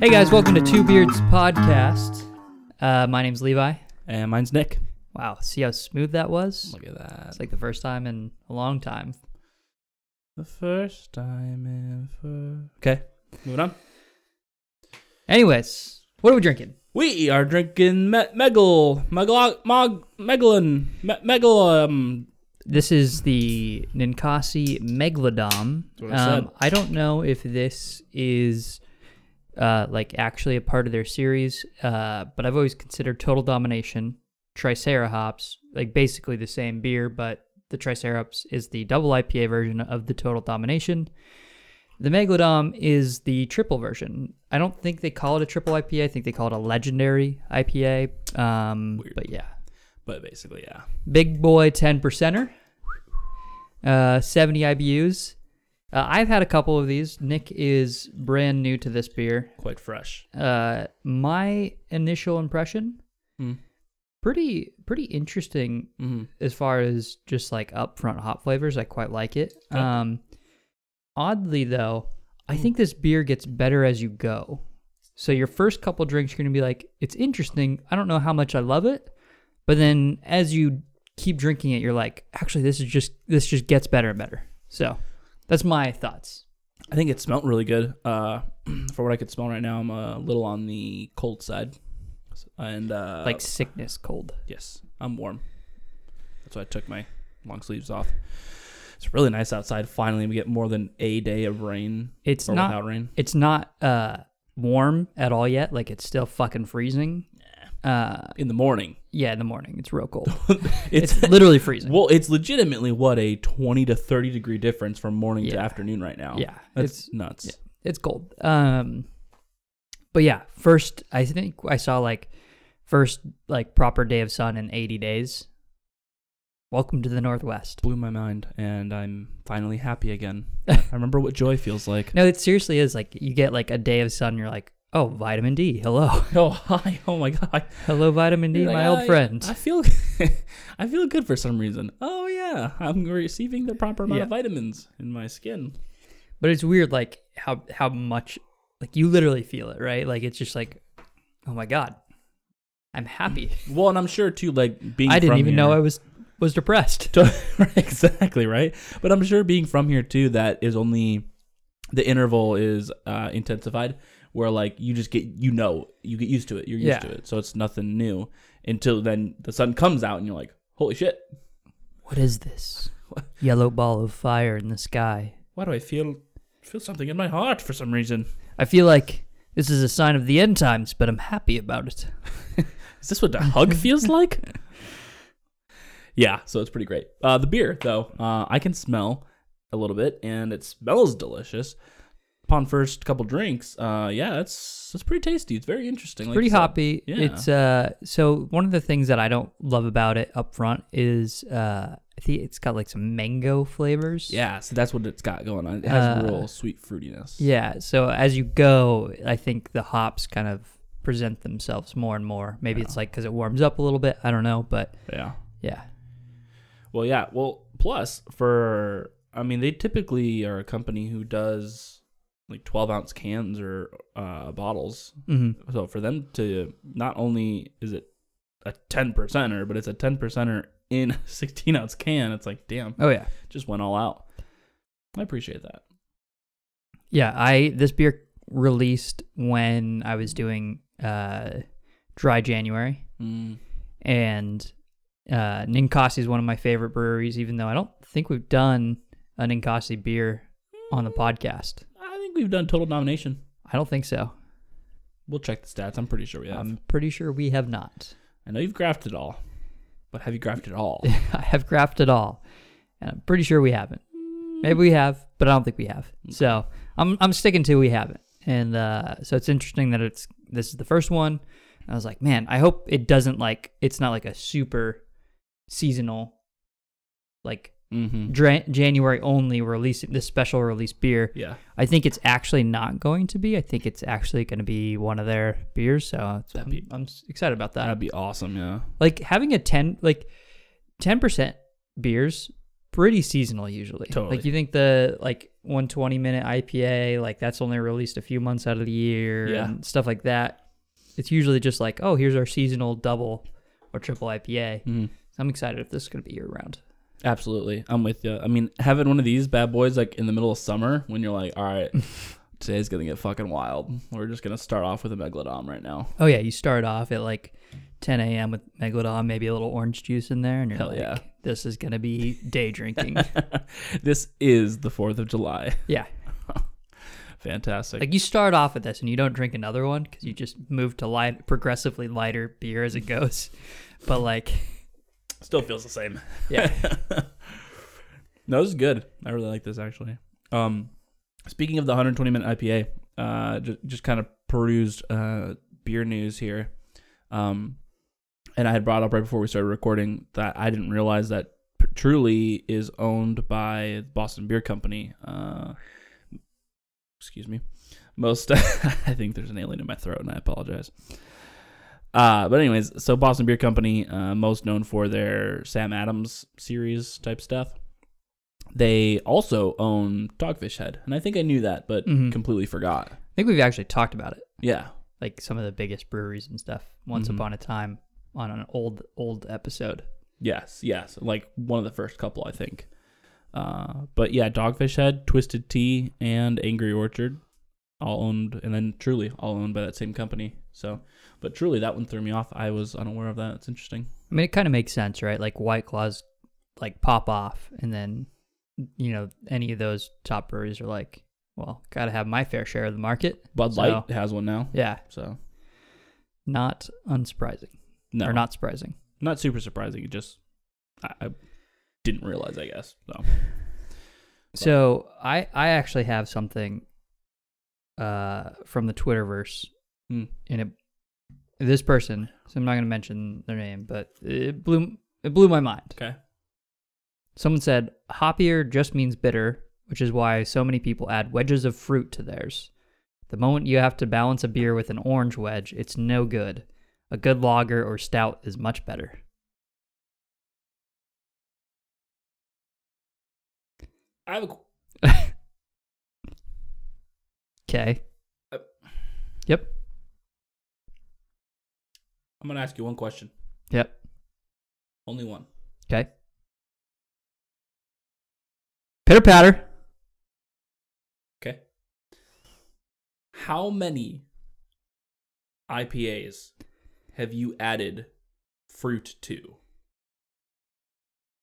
Hey guys, welcome to Two Beards Podcast. Uh, my name's Levi. And mine's Nick. Wow, see how smooth that was? Look at that. It's like the first time in a long time. The first time in for. Okay, moving on. Anyways, what are we drinking? We are drinking me- Megal, Megal, Mog, Megalon, me- Megal, um, This is the Ninkasi Megalodon. Um, That's what I said. I don't know if this is uh, like actually a part of their series, uh, but I've always considered Total Domination, Triceratops, like basically the same beer, but the Triceratops is the double IPA version of the Total Domination. The Megalodon is the triple version. I don't think they call it a triple IPA. I think they call it a legendary IPA. Um, Weird. but yeah. but basically, yeah. Big boy 10 percenter, uh, 70 IBUs. Uh, I've had a couple of these. Nick is brand new to this beer. Quite fresh. Uh, my initial impression, Mm. pretty pretty interesting Mm-hmm. as far as just like upfront hop flavors. I quite like it. Okay. Um, oddly though, Mm. I think this beer gets better as you go. So your first couple drinks, you're gonna be like, "It's interesting. I don't know how much I love it," but then as you keep drinking it, you're like, "Actually, this is just this just gets better and better." So that's my thoughts. I think it smelled really good. Uh, for what I could smell right now, I'm a little on the cold side. And, uh, Like sickness, cold. yes, I'm warm. That's why I took my long sleeves off. It's really nice outside. Finally, we get more than a day of rain It's or not without rain. it's not uh warm at all yet. Like it's still fucking freezing. Uh, In the morning, yeah, in the morning it's real cold. it's It's literally freezing. Well, it's legitimately what a twenty to thirty degree difference from morning to Yeah. afternoon right now. Yeah, that's it's- nuts. yeah. it's cold. Um, but yeah, first I think I saw like first like proper day of sun in 80 days. Welcome to the Northwest. Blew my mind, and I'm finally happy again. I remember what joy feels like. No, it seriously is like you get like a day of sun. You're like, oh, vitamin D. Hello, Oh hi! Oh my god! hello, vitamin D, You're like, my old I- friend. I feel, I feel good for some reason. Oh yeah, I'm receiving the proper amount of Yeah. vitamins in my skin. but it's weird, like how how much like you literally feel it, right? Like it's just like, oh my god, I'm happy. Well, and I'm sure too, like being I didn't from even know here- I was was depressed. exactly right. But I'm sure being from here too, that is only the interval is uh, intensified, where like you just get you know you get used to it, you're used Yeah. to it, so it's nothing new until then the sun comes out and you're like, holy shit, What is this? Yellow ball of fire in the sky. why do I feel feel something in my heart for some reason? I feel like this is a sign of the end times, but I'm happy about it. Is this what a hug feels like? Yeah, so it's pretty great. Uh, the beer, though, uh, I can smell a little bit, and it smells delicious. Upon first couple drinks, uh, yeah, that's that's pretty tasty. It's very interesting. Like Pretty you said. hoppy. yeah. It's uh so one of the things that I don't love about it up front is uh I think it's got like some mango flavors. Yeah, so that's what it's got going on. It has Uh, real sweet fruitiness. Yeah, so as you go, I think the hops kind of present themselves more and more. Maybe it's like cuz it warms up a little bit, I don't know, but yeah. yeah. Well, yeah. Well, plus for I mean, they typically are a company who does like twelve ounce cans or uh, bottles. Mhm. So for them to not only is it a ten percenter, but it's a ten percenter in a sixteen ounce can. It's like damn, Oh yeah. just went all out. I appreciate that. Yeah, I this beer released when I was doing uh dry January. Mm. and uh, Ninkasi is one of my favorite breweries. Even though I don't think we've done a Ninkasi beer on the podcast, I think we've done total domination. I don't think so. We'll check the stats. I'm pretty sure we have. I'm pretty sure we have not. I know you've grafted all, but have you grafted all? I have crafted all, and I'm pretty sure we haven't. Maybe we have, but I don't think we have. So I'm I'm sticking to we haven't. And uh, so it's interesting that it's this is the first one. I was like, man, I hope it doesn't like it's not like a super seasonal like mm-hmm. Dra- January only releasing this special release beer. Yeah. I think it's actually not going to be. I think it's actually going to be one of their beers. So it's, I'm, That'd be- I'm s- excited about that. That'd be awesome, yeah. Like having a ten, like ten percent beers pretty seasonal usually. Totally. Like you think the like 120 minute IPA, like that's only released a few months out of the year Yeah. and stuff like that. It's usually just like, oh, here's our seasonal double or triple IPA. Mhm. I'm excited if this is going to be year round. Absolutely. I'm with you. I mean, having one of these bad boys like in the middle of summer when you're like, all right, today's going to get fucking wild. We're just going to start off with a megalodon right now. Oh yeah, you start off at like 10 a.m. with Megalodon, maybe a little orange juice in there, and you're Hell like, yeah. this is going to be day drinking. This is the 4th of July. yeah. Fantastic. Like you start off with this and you don't drink another one because you just move to light, progressively lighter beer as it goes. But like, Still feels the same. yeah, No, this is good. I really like this actually. Um, speaking of the 120 minute IPA, uh, just, just kind of perused uh, beer news here, um, and I had brought up right before we started recording that I didn't realize that P- Truly is owned by Boston Beer Company. Uh, excuse me. Most, I think there's an alien in my throat, and I apologize. Uh, but anyways, so Boston Beer Company, uh, most known for their Sam Adams series type stuff. They also own Dogfish Head, and I think I knew that, but Mhm. completely forgot. I think we've actually talked about it, Yeah, like some of the biggest breweries and stuff. Once Mhm. upon a time, on an old old episode. yes, yes, like one of the first couple, I think. Uh, but yeah, Dogfish Head, Twisted Tea, and Angry Orchard, all owned, and then Truly, all owned by that same company. So, but Truly, that one threw me off. I was unaware of that. It's interesting. I mean, it kind of makes sense, right? Like White Claws, like pop off, and then you know any of those top breweries are like, well, gotta have my fair share of the market. Bud So- Light has one now, Yeah, so not unsurprising no, or not surprising. not super surprising. It just I, I didn't realize, I guess. So So I I actually have something uh from the Twitterverse Hmm. and it this person, so I'm not going to mention their name, but it blew it blew my mind. okay, Someone said hoppier just means bitter, which is why so many people add wedges of fruit to theirs. The moment you have to balance a beer with an orange wedge, it's no good. A good lager or stout is much better. I have a qu- Okay. Uh, Yep. I'm gonna ask you one question, Yep. only one. Okay. Pitter patter. Okay. How many IPAs have you added fruit to?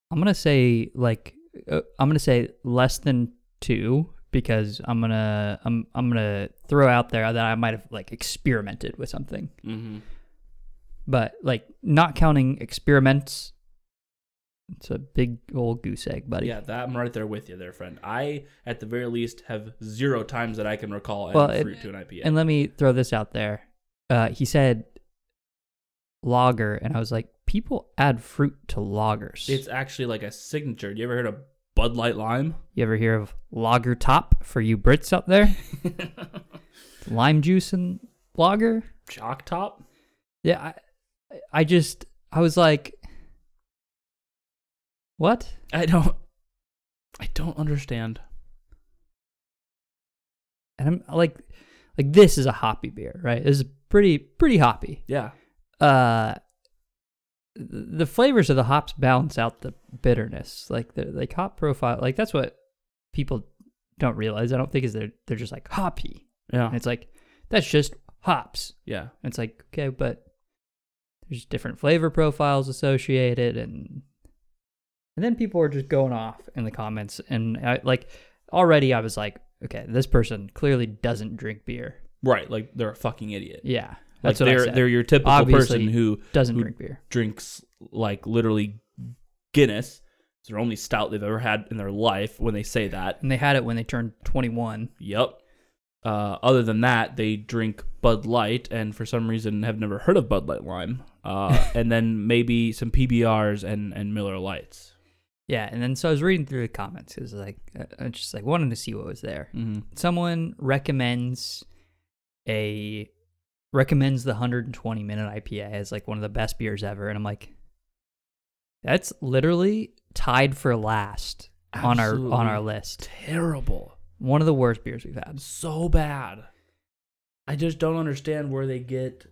I'm gonna say like uh, I'm gonna say less than two because I'm gonna I'm I'm gonna throw out there that I might have like experimented with something, Mm-hmm. but like not counting experiments, it's a big old goose egg, buddy. Yeah, that I'm right there with you, there, friend. I, at the very least, have zero times that I can recall adding Well, and- fruit to an IPA. And let me throw this out there. Uh, he said lager, and I was like, people add fruit to lagers. it's actually like a signature. You ever heard of Bud Light Lime? you ever hear of lager top for you Brits out there? Lime juice and lager. Chalk top? Yeah, I, I just, I was like, what? I don't. I don't understand. And I'm like, like this is a hoppy beer, right? This is pretty, pretty hoppy. Yeah. Uh, th- the flavors of the hops balance out the bitterness, like the like hop profile. Like that's what people don't realize. I don't think is they're they're just like hoppy, and Yeah. it's like that's just hops. Yeah. And it's like okay, but there's different flavor profiles associated, and and then people are just going off in the comments, and I, like already I was like, okay, this person clearly doesn't drink beer. Right. Like they're a fucking idiot. Yeah, Like that's what they're I said. they're your typical Obviously- person who doesn't who- drink beer. drinks like literally Guinness. It's their only stout they've ever had in their life when they say that. And they had it when they turned 21. Yep. Uh, other than that, they drink Bud Light and for some reason have never heard of Bud Light Lime. Uh, and then maybe some PBRs and, and Miller Lights. Yeah, and then so I was reading through the comments. It was like uh, I- I just like wanted to see what was there. Mm-hmm. Someone recommends a recommends the 120 minute IPA as like one of the best beers ever, and I'm like, that's literally tied for last on our on our Absolutely. list. Terrible. One of the worst beers we've had. So bad. I just don't understand where they get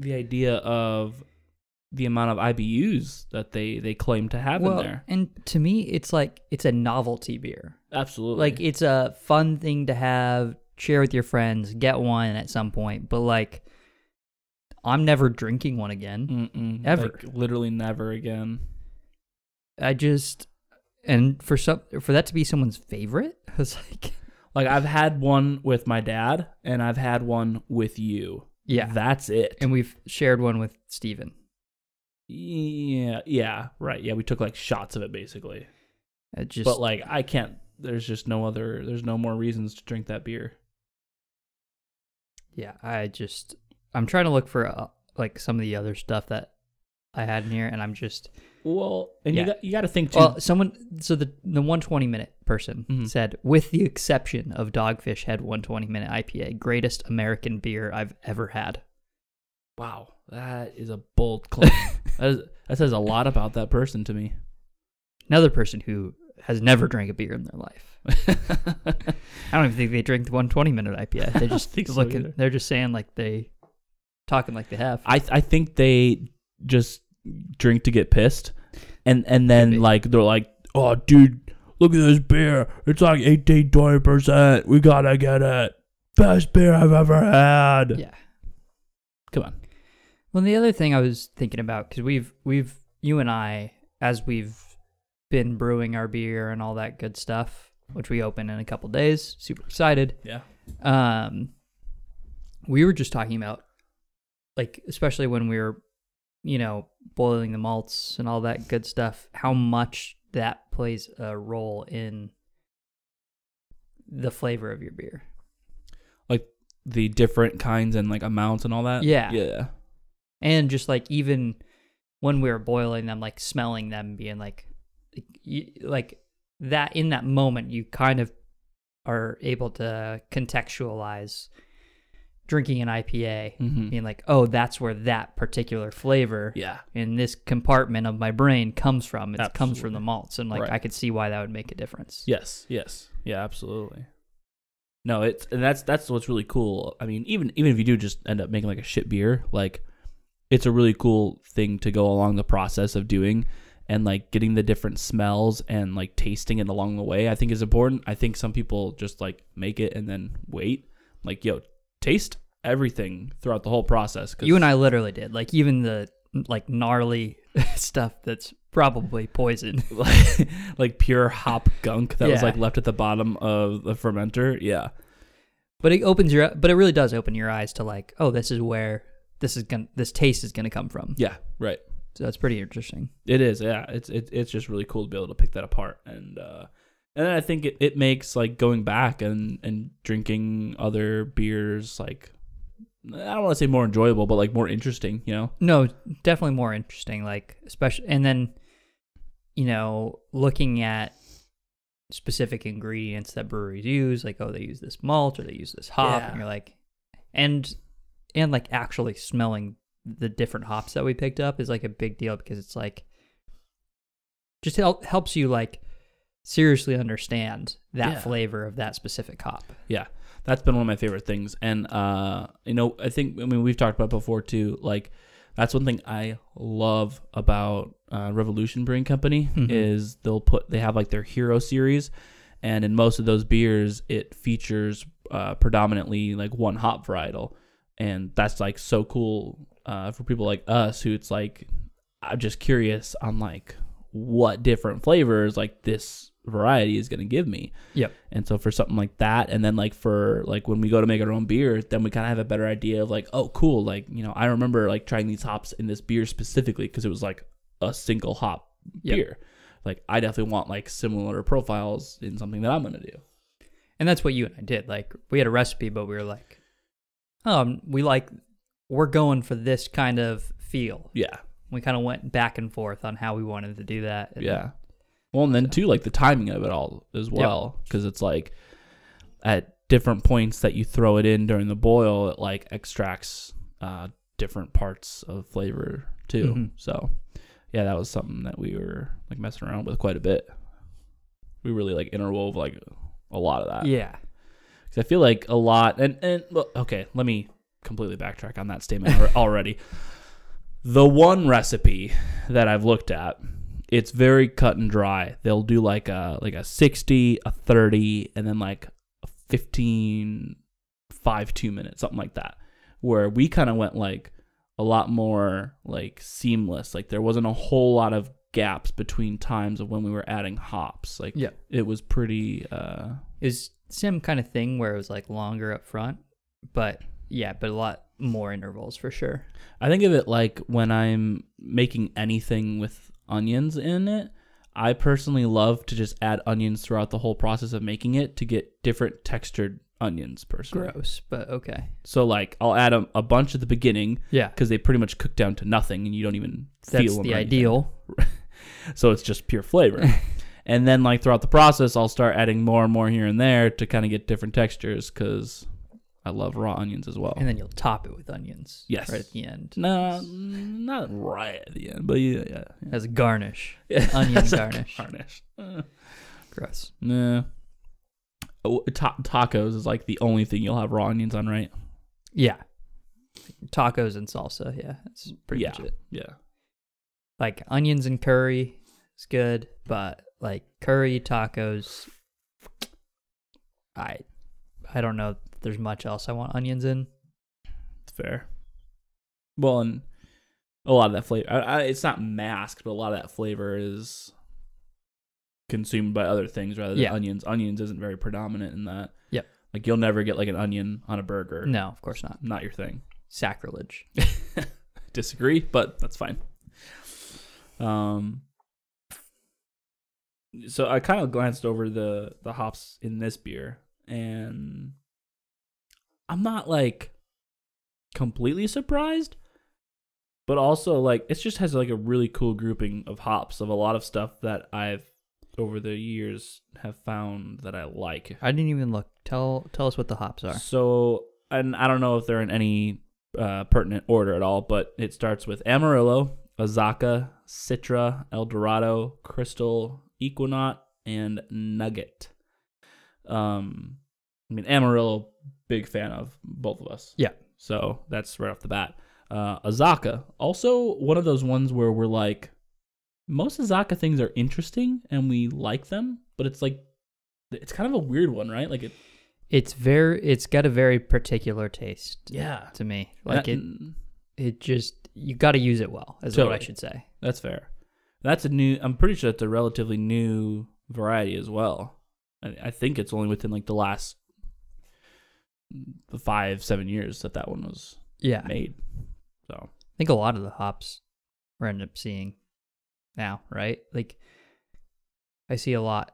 the idea of the amount of IBUs that they they claim to have in there. and to me, it's like it's a novelty beer. Absolutely. Like it's a fun thing to have, share with your friends, get one at some point. But like, I'm never drinking one again. Mm-mm. Ever. Like, literally never again. I just and for some for that to be someone's favorite, I was like, Like I've had one with my dad and I've had one with you. yeah. That's it. And we've shared one with Steven. yeah, yeah, right. Yeah, we took like shots of it basically. I just but like I can't there's just no other there's no more reasons to drink that beer. yeah, I just I'm trying to look for uh, like some of the other stuff that I had in here, and I'm just Well, and Yeah. you got you got to think too. well, someone so the the 120 minute person Mhm. said, with the exception of Dogfish Head 120 minute IPA, greatest American beer I've ever had. wow, that is a bold claim. that, is, that says a lot about that person to me. Another person who has never drank a beer in their life. I don't even think they drink the 120 minute IPA. They don't just think so looking. either. they're just saying like they talking like they have. I I think they just drink to get pissed, and and then Could be. like they're like, oh dude, look at this beer, it's like 18 20 percent. We gotta get it. Best beer I've ever had. yeah. Come on. Well, the other thing I was thinking about because we've we've you and I as we've been brewing our beer and all that good stuff, which we open in a couple days. Super excited. Yeah. Um, we were just talking about like especially when we were, you know, boiling the malts and all that good stuff. How much that plays a role in the flavor of your beer. The different kinds and like amounts and all that. Yeah. Yeah. and just like even when we were boiling them like smelling them being like like, you, like that in that moment you kind of are able to contextualize drinking an IPA Mhm. being like oh that's where that particular flavor Yeah. in this compartment of my brain comes from it comes from Absolutely. the malts and like Right. I could see why that would make a difference Yes, yes, yeah, absolutely. No, it's and that's that's what's really cool. I mean, even even if you do just end up making like a shit beer, like it's a really cool thing to go along the process of doing and like getting the different smells and like tasting it along the way. I think is important. I think some people just like make it and then wait. Like, yo, taste everything throughout the whole process. 'cause- you and I literally did like even the like gnarly stuff that's probably poison like, like pure hop gunk that was Yeah. like left at the bottom of the fermenter. Yeah. But it opens your but it really does open your eyes to like, oh, this is where this is going to this taste is gonna come from. Yeah. Right. So that's pretty interesting. It is, yeah. It's it, it's just really cool to be able to pick that apart and uh and then I think it, it makes like going back and and drinking other beers like I don't want to say more enjoyable, but like more interesting, you know? No, definitely more interesting, like especially and then you know, looking at specific ingredients that breweries use, like oh they use this malt or they use this hop Yeah. and you're like and and like actually smelling the different hops that we picked up is like a big deal because it's like just help, helps you like seriously understand that Yeah. flavor of that specific hop. Yeah. That's been one of my favorite things. And uh you know, I think I mean we've talked about it before too, like that's one thing I love about uh, Revolution Brewing Company Mhm. is they'll put they have like their hero series, and in most of those beers it features uh, predominantly like one hop varietal, and that's like so cool uh, for people like us who it's like I'm just curious on like what different flavors like this variety is going to give me. Yep. And so for something like that, and then like for like when we go to make our own beer, then we kind of have a better idea of like, oh, cool. Like, you know, I remember like trying these hops in this beer specifically because it was like a single hop Yep. beer. Like, I definitely want like similar profiles in something that I'm going to do. And that's what you and I did. Like we had a recipe, but we were like, um, we like we're going for this kind of feel. Yeah. We kind of went back and forth on how we wanted to do that. And Yeah. Well, and then too, like the timing of it all as well, because it's like at different points that you throw it in during the boil, it like extracts uh, different parts of flavor too. Mhm. So yeah, that was something that we were like messing around with quite a bit. We really like interwove like a lot of that. yeah. Because I feel like a lot, and and well, okay, let me completely backtrack on that statement al- already. the one recipe that I've looked at, it's very cut and dry. They'll do like a like a sixty, a thirty, and then like a 15, five two minutes, something like that. Where we kind of went like a lot more like seamless. Like there wasn't a whole lot of gaps between times of when we were adding hops. Like Yeah. it was pretty. uh Is same kind of thing where it was like longer up front, but yeah, but a lot more intervals for sure. I think of it like when I'm making anything with onions in it. I personally love to just add onions throughout the whole process of making it to get different textured onions personally. Gross, but okay. So like I'll add a, a bunch at the beginning Yeah. because they pretty much cook down to nothing and you don't even feel That's them the or anything. ideal. So it's just pure flavor. and then like throughout the process I'll start adding more and more here and there to kind of get different textures cuz I love raw onions as well. And then you'll top it with onions. Oh. Yes. Right at the end. no, not right at the end, but yeah, yeah. yeah. As a garnish. Yeah. Onion As a garnish. garnish. Uh, Gross. nah. Oh, ta- tacos is like the only thing you'll have raw onions on, right? Yeah. Tacos and salsa. Yeah. That's pretty much it. Yeah. Like onions and curry is good, but like curry, tacos, I I don't know if there's much else I want onions in. It's fair. Well, and a lot of that flavor, I, I, it's not masked, but a lot of that flavor is consumed by other things rather than Yeah. onions. Onions isn't very predominant in that. Yep. Like you'll never get like an onion on a burger. No, of course not. Not your thing. Sacrilege. disagree, but that's fine. Um, so I kind of glanced over the the hops in this beer, and I'm not like completely surprised, but also like it just has like a really cool grouping of hops of a lot of stuff that I've over the years have found that I like. I didn't even look. Tell tell us what the hops are. So, and I don't know if they're in any uh, pertinent order at all, but it starts with Amarillo, Azaka, Citra, El Dorado, Crystal, Equinaut, and Nugget. Um, I mean Amarillo, big fan of both of us. Yeah. So that's right off the bat. Uh, Azaka, also one of those ones where we're like, most Azaka things are interesting and we like them, but it's like, it's kind of a weird one, right? Like it, It's very it's got a very particular taste yeah. to me. Like That- it it just you got to use it well is what I Totally. should say. That's fair. That's a new. I'm pretty sure that's a relatively new variety as well. I, I think it's only within like the last the five seven years that that one was Yeah. I made. So think a lot of the hops we're end up seeing now, right? Like I see a lot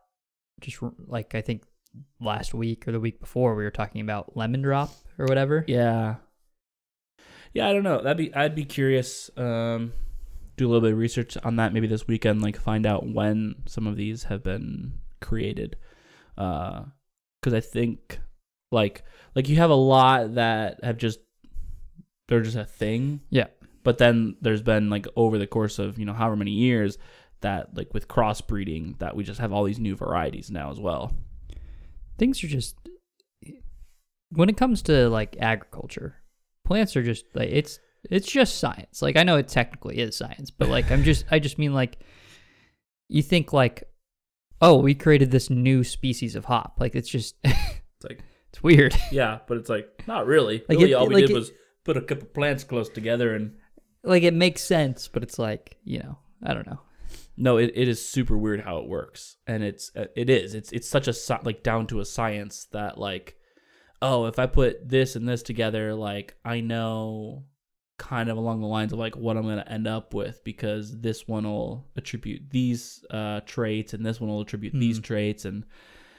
just r- like I think last week or the week before we were talking about lemon drop or whatever. yeah, yeah. I don't know. That'd be. I'd be curious. Um, do a little bit of research on that maybe this weekend. Like find out when some of these have been created. because I think like like you have a lot that have just they're just a thing. Yeah. But then there's been like over the course of you know however many years that like with crossbreeding that we just have all these new varieties now as well. Things are just when it comes to like agriculture, plants are just like it's it's just science. Like I know it technically is science, but like I'm just I just mean like you think like oh, we created this new species of hop. Like it's just It's like it's weird. yeah, but it's like not really. Like, Really, it- all we like, did it- was put a couple plants close together and like it makes sense, but it's like, you know, I don't know. no, it, it is super weird how it works, and it's uh, it is it's it's such a sci- like down to a science that like oh if I put this and this together like I know kind of along the lines of like what I'm gonna end up with because this one will attribute these uh, traits and this one will attribute these Hmm. traits and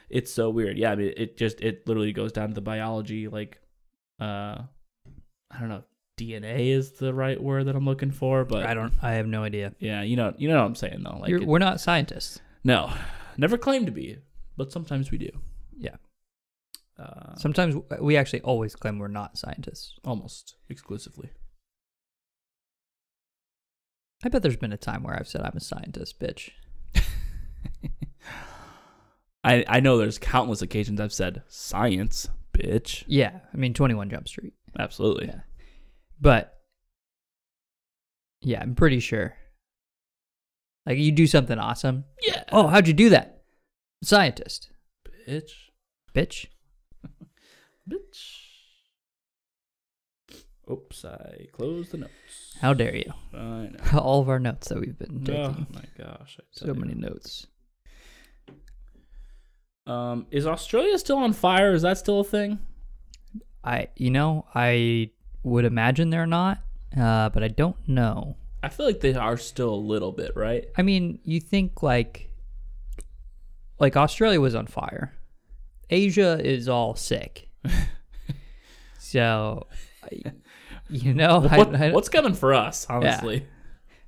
it's so weird yeah I mean it just it literally goes down to the biology like uh I don't know if DNA is the right word that I'm looking for but don't I have no idea. yeah you know you know what I'm saying though like You're, it- we're not scientists. no, never claim to be, but sometimes we do. Yeah. Uh, Sometimes we actually always claim we're not scientists. almost exclusively. I bet there's been a time where I've said I'm a scientist, bitch. I, I know there's countless occasions I've said science, bitch. Yeah, I mean 21 Jump Street. Absolutely. Yeah. But yeah, I'm pretty sure. Like you do something awesome. Yeah. Oh, how'd you do that? Scientist. Bitch. Bitch. Bitch. Oops, I closed the notes. How dare you? I know. All of our notes that we've been taking. Oh my gosh. I so tell you. many notes. Um, is Australia still on fire? Is that still a thing? I you know, I would imagine they're not, uh, but I don't know. I feel like they are still a little bit, right? I mean, you think like like Australia was on fire. Asia is all sick. so, I- you know, I- What, I- what's coming for us, honestly?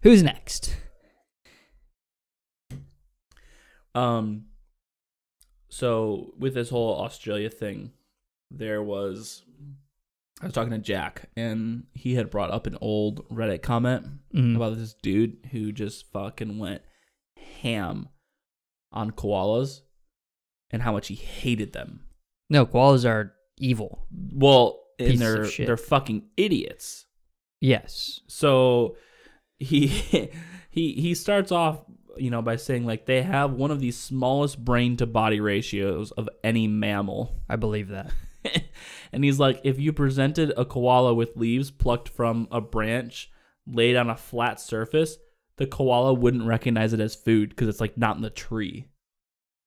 who's next? Um, so with this whole Australia thing, there was I was talking to Jack, and he had brought up an old Reddit comment Mm. about this dude who just fucking went ham on koalas and how much he hated them. No, koalas are evil. Well, and Pieces they're of shit. they're fucking idiots. Yes. So he he he starts off, you know, by saying like they have one of the smallest brain to body ratios of any mammal. I believe that. and he's like if you presented a koala with leaves plucked from a branch laid on a flat surface, the koala wouldn't recognize it as food because it's like not in the tree.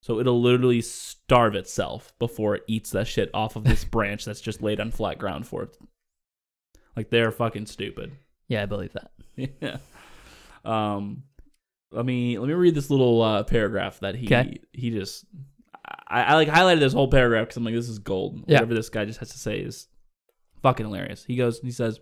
So it'll literally starve itself before it eats that shit off of this branch that's just laid on flat ground for it. Like they're fucking stupid. Yeah, I believe that. Yeah. Um, let me let me read this little uh, paragraph that he 'Kay. he just I, I like highlighted this whole paragraph because I'm like this is gold. Yeah. Whatever this guy just has to say is fucking hilarious. He goes he says,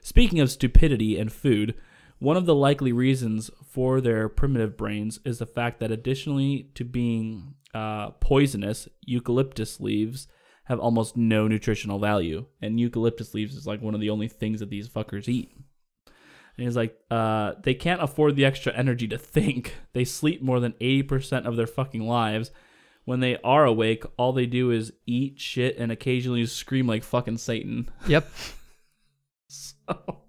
speaking of stupidity and food. One of the likely reasons for their primitive brains is the fact that, additionally to being uh, poisonous, eucalyptus leaves have almost no nutritional value. And eucalyptus leaves is like one of the only things that these fuckers eat. And he's like, uh, they can't afford the extra energy to think. They sleep more than 80% of their fucking lives. When they are awake, all they do is eat shit and occasionally scream like fucking Satan. Yep. So,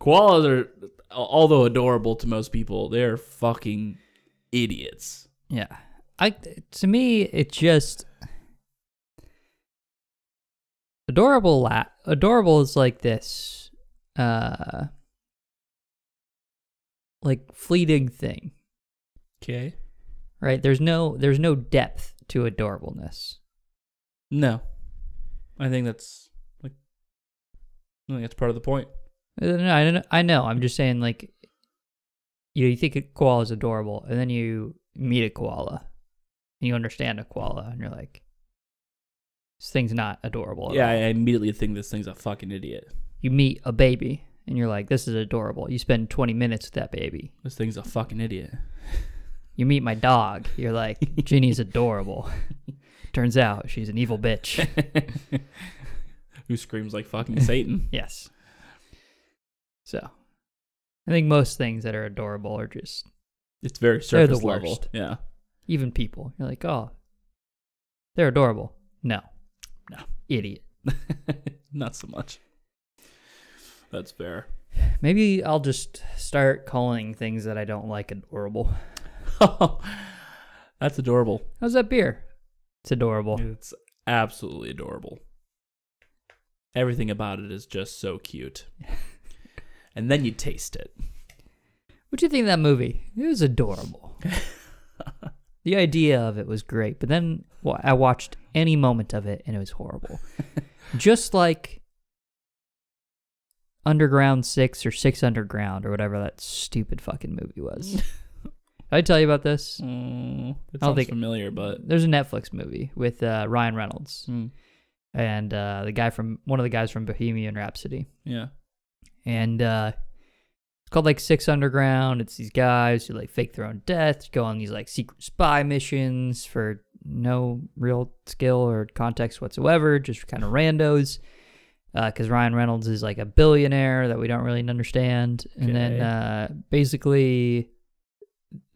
koalas are, although adorable to most people, they're fucking idiots. Yeah. I to me it just adorable la- adorable is like this uh like fleeting thing, Okay. right? There's no there's no depth to adorableness. No. I think that's like, I think that's part of the point. Uh, No, I don't. I know. I'm just saying, like, you you think a koala is adorable, and then you meet a koala, and you understand a koala, and you're like, this thing's not adorable. at Yeah, I all. I immediately think this thing's a fucking idiot. You meet a baby, and you're like, this is adorable. You spend 20 minutes with that baby. This thing's a fucking idiot. You meet my dog. You're like, Ginny's adorable. Turns out she's an evil bitch. Who screams like fucking Satan. yes. So, I think most things that are adorable are just It's very They're the surface level. worst. Yeah. even people. You're like, oh, they're adorable. No, No. idiot. Not so much. That's fair. Maybe I'll just start calling things that I don't like adorable. That's adorable. How's that beer? It's adorable. It's absolutely adorable. Everything about it is just so cute. and then you taste it. What do you think of that movie? It was adorable. the idea of it was great, but then wa I watched any moment of it and it was horrible. just like Underground Six or Six Underground or whatever that stupid fucking movie was. Did I tell you about this? Mm, it I don't sounds think- familiar, but there's a Netflix movie with uh, Ryan Reynolds mm, and uh, the guy from one of the guys from Bohemian Rhapsody, yeah. and uh, it's called like Six Underground. It's these guys who like fake their own deaths, go on these like secret spy missions for no real skill or context whatsoever, just kind of randos. because Ryan Reynolds is like a billionaire that we don't really understand, and then Okay. uh, basically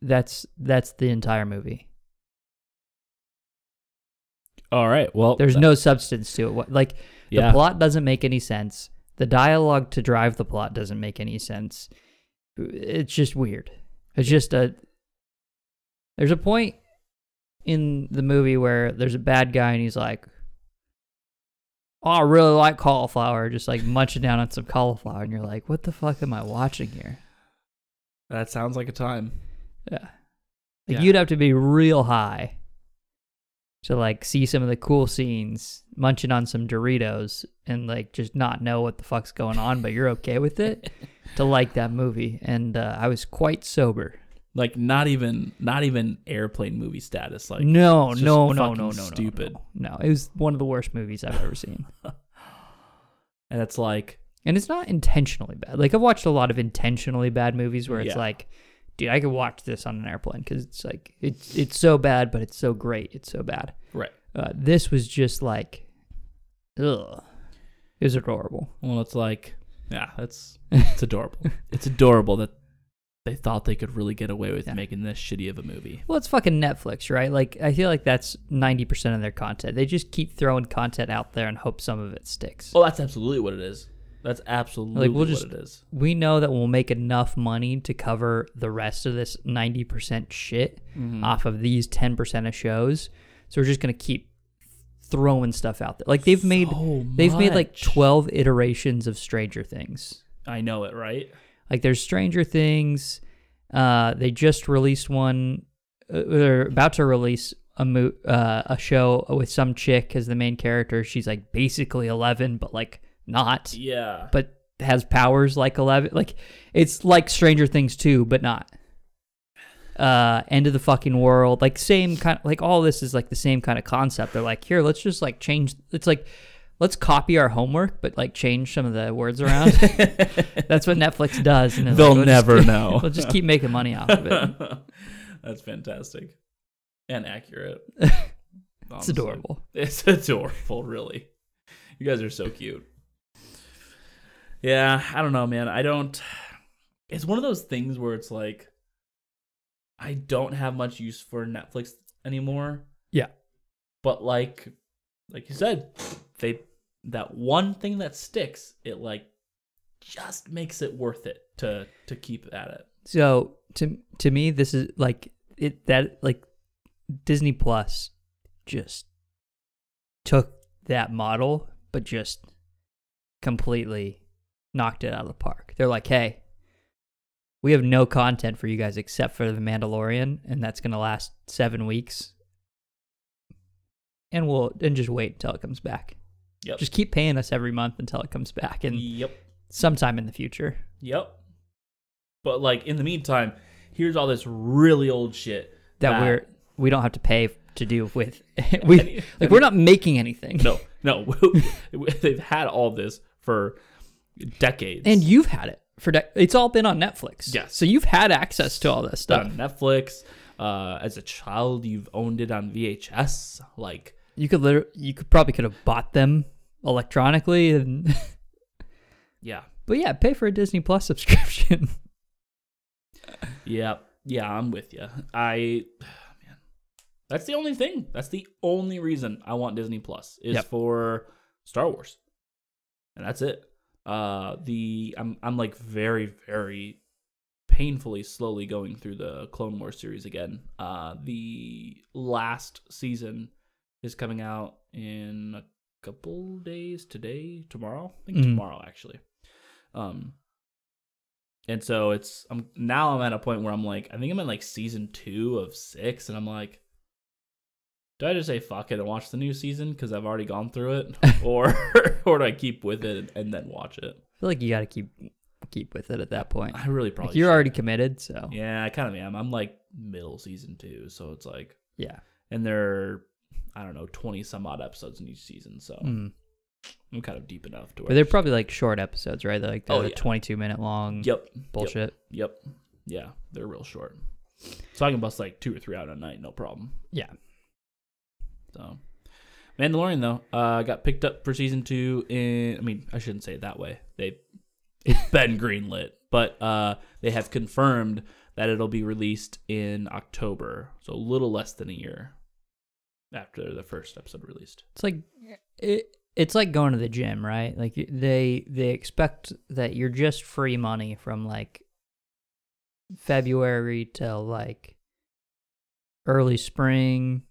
that's that's the entire movie. All right. Well, There's uh, no substance to it. What- Like yeah. the plot doesn't make any sense. The dialogue to drive the plot doesn't make any sense. It's just weird. It's just a. There's a point in the movie where there's a bad guy and he's like, "Oh, I really like cauliflower," just like munching down on some cauliflower, and you're like, "What the fuck am I watching here?" That sounds like a time. Yeah. Like Yeah. you'd have to be real high to like see some of the cool scenes munching on some Doritos and like just not know what the fuck's going on, but you're okay with it to like that movie. And uh, I was quite sober. Like not even not even airplane movie status. Like no, it's just no, no, fucking no, no, no, stupid. No, no, it was one of the worst movies I've ever seen. and it's like And it's not intentionally bad. Like I've watched a lot of intentionally bad movies where it's Yeah. like, dude, I could watch this on an airplane because it's like it's it's so bad, but it's so great. It's so bad. Right. Uh, this was just like, ugh, it was adorable. well, it's like yeah, that's it's adorable. it's adorable that they thought they could really get away with Yeah. making this shitty of a movie. Well, it's fucking Netflix, right? Like I feel like that's ninety percent of their content. They just keep throwing content out there and hope some of it sticks. Well, Oh, that's absolutely what it is. That's absolutely we'll just- what it is. We know that we'll make enough money to cover the rest of this ninety percent shit. Mm-hmm. off of these 10% of shows. So we're just going to keep throwing stuff out there. Like they've made So they've made like much. 12 iterations of Stranger Things. I know it, right? Like there's Stranger Things. Uh they just released one uh, they're about to release a mo- uh, a show with some chick as the main character. She's like basically 11 but like not Yeah. but has powers like Eleven. Like it's like Stranger Things two, but not. Uh, end of the fucking world. Like same kind. Like all this is like the same kind of concept. They're like, here, let's just like change. It's like, let's copy our homework, but like change some of the words around. That's what Netflix does. And they're like, They'll "We'll just- never know. We'll just keep making money off of it. That's fantastic and accurate. It's Honestly. adorable. It's adorable, really. You guys are so cute. Yeah, I don't know, man. I don't. It's one of those things where it's like, I don't have much use for Netflix anymore. Yeah. But like, like you said, they that one thing that sticks, it like just makes it worth it to to keep at it. So to to me, this is like it that like Disney Plus just took that model, but just completely knocked it out of the park. They're like, hey, we have no content for you guys except for the Mandalorian, and that's gonna last seven weeks. And we'll and just wait until it comes back. Yep. Just keep paying us every month until it comes back, and yep. sometime in the future. Yep. But like in the meantime, here's all this really old shit that we're we don't have to pay to do with we Any- like we're not making anything no no they've had all this for decades and you've had it for dec it's all been on netflix Yes. so you've had access to all this It's been stuff on Netflix. Uh, as a child, you've owned it on VHS. Like you could literally you could probably could have bought them electronically and yeah but yeah pay for a disney plus subscription yeah yeah I'm with you. I man, that's the only thing. That's the only reason I want Disney Plus is Yep. for Star Wars, and that's it. Uh, the I'm I'm like very very painfully slowly going through the Clone Wars series again. Uh, the last season is coming out in a couple days today, tomorrow. I think Mhm. tomorrow actually. Um, and so it's I'm now I'm at a point where I'm like I think I'm in like season two of six, and I'm like. Do I just say fuck it and watch the new season because I've already gone through it, or or do I keep with it and then watch it? i feel like you gotta keep keep with it at that point I really probably like you're should. already committed so yeah, yeah I kind of am. I'm like middle season two, so it's like and they're I don't know twenty some odd episodes in each season, so Mm. I'm kind of deep enough to but where. they're probably like short episodes right they're like the Oh, yeah. 22 minute long yep bullshit yep yep yeah they're real short, so I can bust like two or three out a night no problem. Yeah. So, Mandalorian though uh, got picked up for season two. In I mean, I shouldn't say it that way. They it's been greenlit, but uh, they have confirmed that it'll be released in October, so a little less than a year after the first episode released. It's like it, it's like going to the gym, right? Like y- they they expect that you're just free money from like February till like early spring.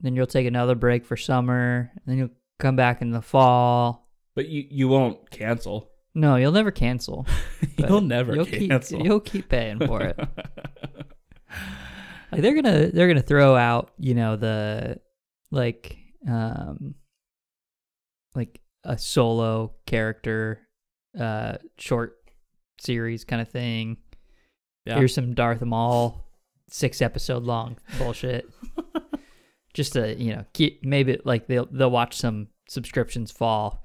Then you'll take another break for summer, and then you'll come back in the fall. But you you won't cancel. No, you'll never cancel. but you'll never you'll cancel. keep you'll keep paying for it. like they're gonna they're gonna throw out you know the like um like a solo character uh short series kind of thing Yeah. here's some darth maul six episode long bullshit just to you know keep maybe like they'll they'll watch some subscriptions fall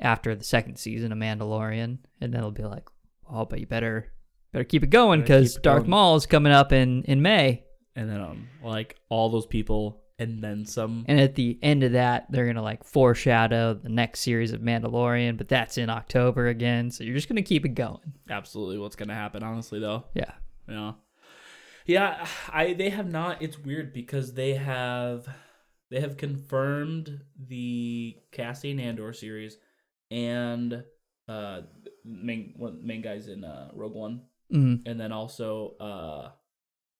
after the second season of mandalorian and then it'll be like oh but you better better keep it going Better keep because it darth going. maul is coming up in in may and then um like all those people and then some And at the end of that, they're gonna like foreshadow the next series of Mandalorian, but that's in October again. So you're just gonna keep it going. absolutely what's gonna happen honestly though Yeah. yeah yeah i they have not it's weird because they have they have confirmed the cassian andor series and uh main one main guys in uh rogue one Mm. and then also uh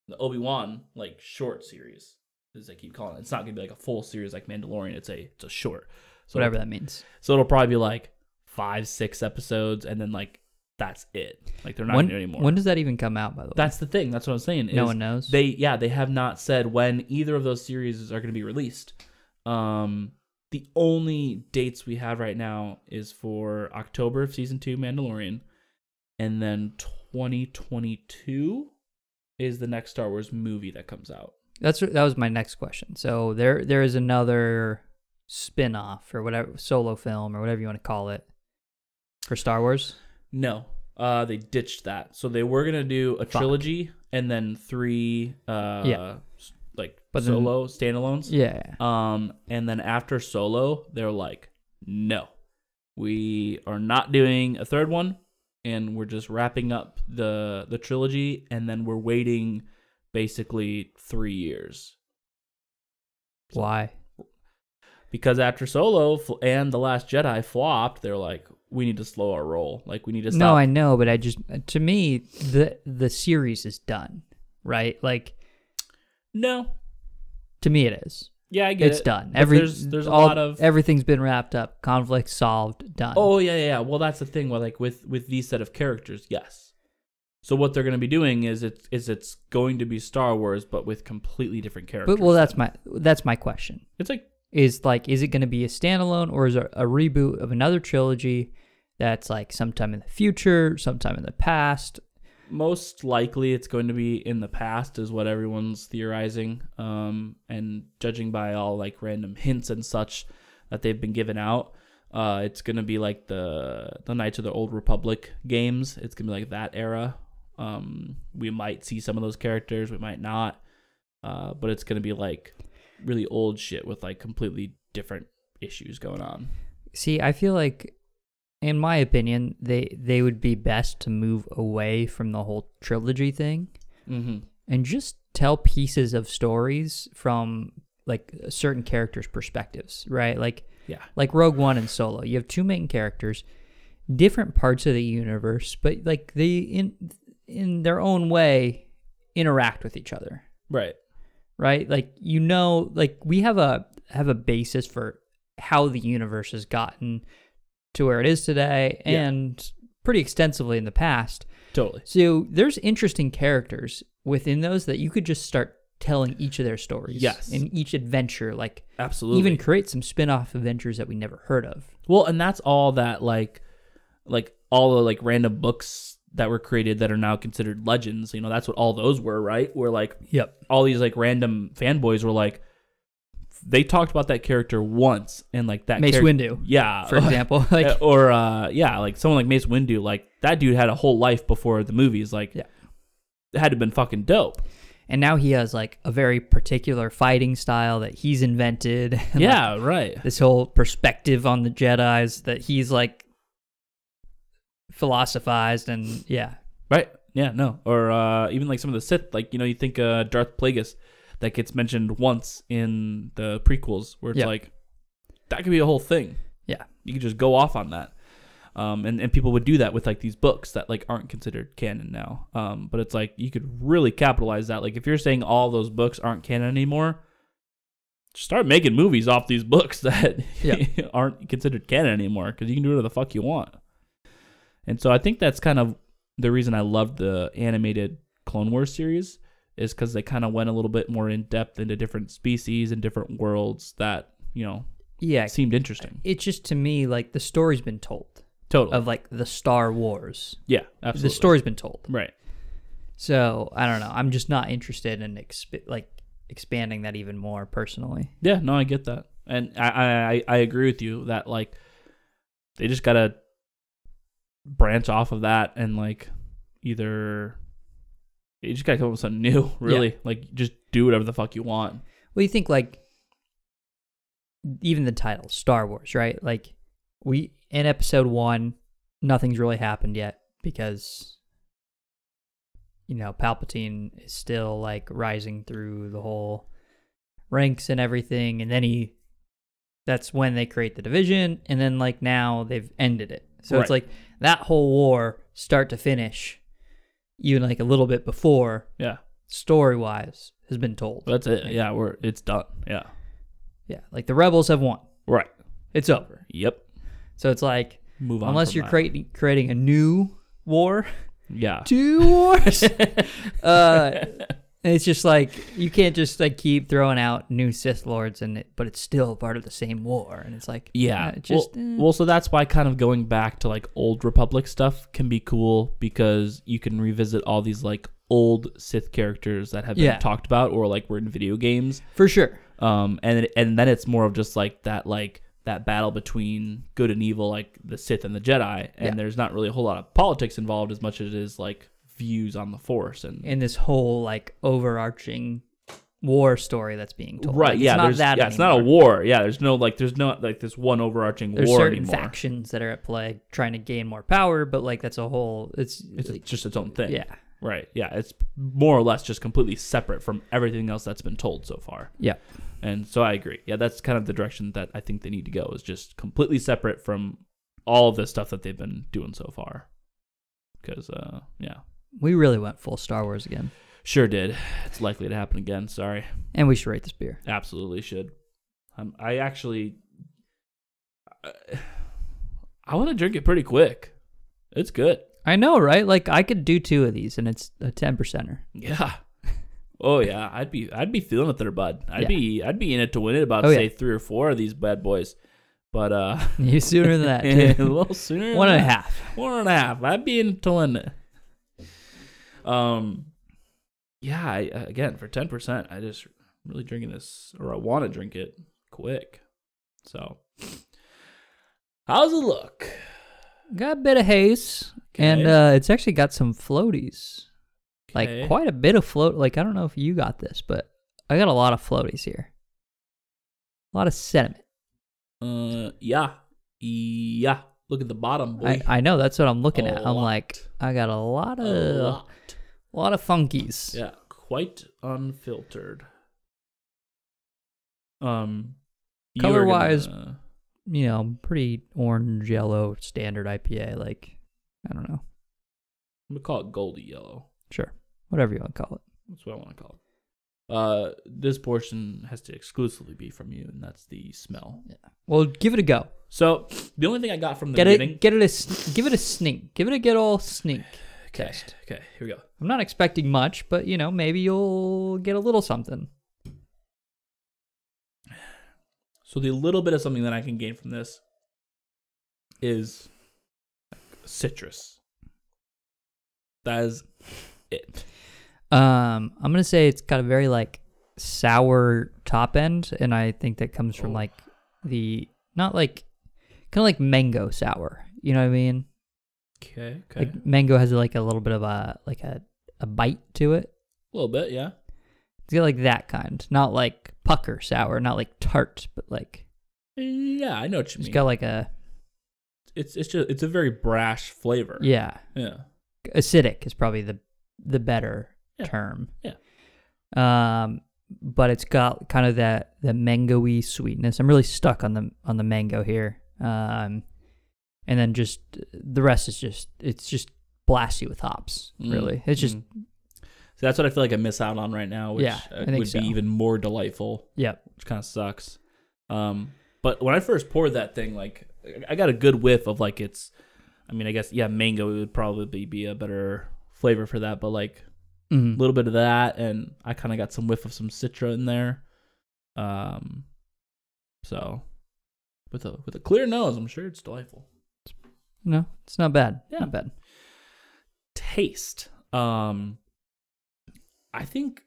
the obi-wan like short series as they keep calling it it's not gonna be like a full series like mandalorian it's a it's a short so Whatever that means. So it'll probably be like five, six episodes, and then like that's it. Like they're not when, doing anymore. when does that even come out? By the way, that's the thing. That's what I'm saying. no is one knows. They yeah, they have not said when either of those series are going to be released. Um, the only dates we have right now is for October of season two Mandalorian, and then 2022 is the next Star Wars movie that comes out. that's that was my next question. So there there is another spin-off or whatever solo film or whatever you want to call it for Star Wars. No. Uh they ditched that. So they were gonna do a Fuck. trilogy and then three uh Yeah. s- like But then- solo standalones. Yeah. Um and then after solo, they're like, No. We are not doing a third one and we're just wrapping up the the trilogy and then we're waiting basically three years. Why? Because after Solo fl- and The Last Jedi flopped, they're like, we need to slow our roll. Like, we need to stop. No, I know, but I just to me the the series is done, right? Like no. to me it is. Yeah, I get it's it. done. But Every there's there's all- a lot of everything's been wrapped up, conflict solved, done. oh yeah yeah yeah. Well, that's the thing. Where like with with these set of characters, yes. So what they're going to be doing is it's is it's going to be Star Wars, but with completely different characters. but well, that's my that's my question. it's like Is like, is it going to be a standalone or is it a reboot of another trilogy that's like sometime in the future, sometime in the past? most likely it's going to be in the past is what everyone's theorizing um, and judging by all like random hints and such that they've been given out uh, it's going to be like the the knights of the old republic games it's going to be like that era um, we might see some of those characters we might not uh, but it's going to be like really old shit with like completely different issues going on See, I feel like, in my opinion, they they would be best to move away from the whole trilogy thing. mm-hmm. and just tell pieces of stories from like certain characters' perspectives, right? Like Yeah. like Rogue One and Solo. You have two main characters, different parts of the universe, but like they in in their own way interact with each other, right right? Like you know, like we have a have a basis for how the universe has gotten to where it is today Yeah. and pretty extensively in the past. totally So there's interesting characters within those that you could just start telling each of their stories. Yes. In each adventure, like absolutely even create some spin-off adventures that we never heard of. Well, and that's all that like like all the like random books that were created that are now considered legends, you know, that's what all those were, right? Where like Yep. all these like random fanboys were like they talked about that character once and like that Mace character Windu, Yeah. for example. Like Uh, or uh yeah, like someone like Mace Windu, like that dude had a whole life before the movies, like Yeah. it had to have been fucking dope. And now he has like a very particular fighting style that he's invented. and, like, yeah, right. this whole perspective on the Jedi's that he's like philosophized and yeah, Right. Yeah, no. Or uh, even like some of the Sith, like, you know, you think uh, Darth Plagueis that gets mentioned once in the prequels, where it's Yeah. like, that could be a whole thing. Yeah. You could just go off on that. Um, and, and people would do that with like these books that like aren't considered canon now. Um, but it's like you could really capitalize that. Like if you're saying all those books aren't canon anymore, start making movies off these books that Yeah. aren't considered canon anymore because you can do whatever the fuck you want. And so I think that's kind of the reason I loved the animated Clone Wars series is because they kind of went a little bit more in depth into different species and different worlds that you know yeah. seemed interesting. It's just to me like the story's been told Totally. of like the Star Wars. yeah. Absolutely. The story's been told. Right. So I don't know. I'm just not interested in exp- like expanding that even more personally. Yeah. No, I get that, and I I I- I agree with you that like they just gotta branch off of that and like either you just gotta come up with something new, really. Like just do whatever the fuck you want. Well, you think like even the title Star Wars, right? Like we in episode 1 nothing's really happened yet because you know, Palpatine is still like rising through the whole ranks and everything and then he that's when they create the division and then like now they've ended it. So it's Right. like that whole war start to finish even like a little bit before Yeah. story-wise has been told. That's it. Yeah. We're it's done. Yeah. Yeah, like the rebels have won. Right. It's over. Yep. So it's like Move on. unless from you're that. creating creating a new war, Yeah. two wars. uh, it's just like you can't just like keep throwing out new Sith lords and it, but it's still part of the same war. And it's like Yeah. uh, just well, eh. well, so that's why kind of going back to like old Republic stuff can be cool because you can revisit all these like old Sith characters that have been Yeah. talked about or like were in video games. for sure. Um, and and then it's more of just like that like that battle between good and evil, like the Sith and the Jedi. And Yeah. there's not really a whole lot of politics involved as much as it is like views on the Force and In this whole like overarching war story that's being told, right. Like, yeah, it's not there's that. yeah, it's not a anymore. war. Yeah, there's no like there's no like this one overarching There's war certain anymore. factions that are at play trying to gain more power, but like that's a whole. It's, It's like, just its own thing. yeah, Right. Yeah. It's more or less just completely separate from everything else that's been told so far. yeah. And so I agree. Yeah, that's kind of the direction that I think they need to go is just completely separate from all of the stuff that they've been doing so far. Because, uh, yeah, We really went full Star Wars again. sure did. It's likely to happen again. Sorry. And we should rate this beer. Absolutely should. Um, I actually, uh, I, I want to drink it pretty quick. It's good. I know, right? Like I could do two of these and it's a ten percenter. Yeah. Oh yeah, I'd be I'd be feeling it there, bud. I'd Yeah. be I'd be in it to win it about Oh, yeah. say three or four of these bad boys, but uh, You sooner than a that too. little sooner. One than and a that. half. One and a half. I'd be in it to win it. Um, yeah. I, uh, again, for ten percent, I just really drinking this, or I want to drink it quick. So, how's it look? Got a bit of haze. And Okay. uh, it's actually got some floaties. Okay. Like quite a bit of float like I don't know if you got this, but I got a lot of floaties here. A lot of sediment. Uh, yeah, yeah. Look at the bottom, boy. I, I know that's what I'm looking A at. I'm like, I got a lot of A a lot. lot of funkies. Yeah, quite unfiltered. Um, you were Color-wise- gonna- uh, You know, pretty orange yellow standard IPA, like I don't know. I'm gonna call it goldy yellow. Sure. Whatever you want to call it. That's what I want to call it. Uh, this portion has to exclusively be from you, and that's the smell. Well, give it a go. So the only thing I got from the Get beginning. it, get it a, sn- give it a snink. Give it a good old snink. okay, okay, here we go. I'm not expecting much, but you know, maybe you'll get a little something. So the little bit of something that I can gain from this is citrus. That is it. Um, I'm gonna say it's got a very like sour top end, and I think that comes from Oh. like the not like kind of like mango sour. You know what I mean? Okay, okay, Like mango has like a little bit of a like a a bite to it. a little bit, yeah. It's got like that kind, not like pucker sour, not like tart, but like Yeah, I know what you it's mean. got like a it's it's just it's a very brash flavor. yeah. Yeah. acidic is probably the the better Yeah. term. Yeah. Um, but it's got kind of that the mangoey sweetness. I'm really stuck on the on the mango here. Um, and then just the rest is just it's just blasts you with hops. Mm, Really, it's just mm. So that's what I feel like I miss out on right now, which Yeah, I uh, think would so. be even more delightful, yep. which kind of sucks. Um, but when I first poured that thing, like I- I got a good whiff of like it's. I mean, I guess yeah, mango would probably be a better flavor for that, but like a Mhm. little bit of that, and I kind of got some whiff of some citra in there. Um, so with a with a clear nose, I'm sure it's delightful. No, it's not bad. Yeah. Not bad. taste. Um, I think.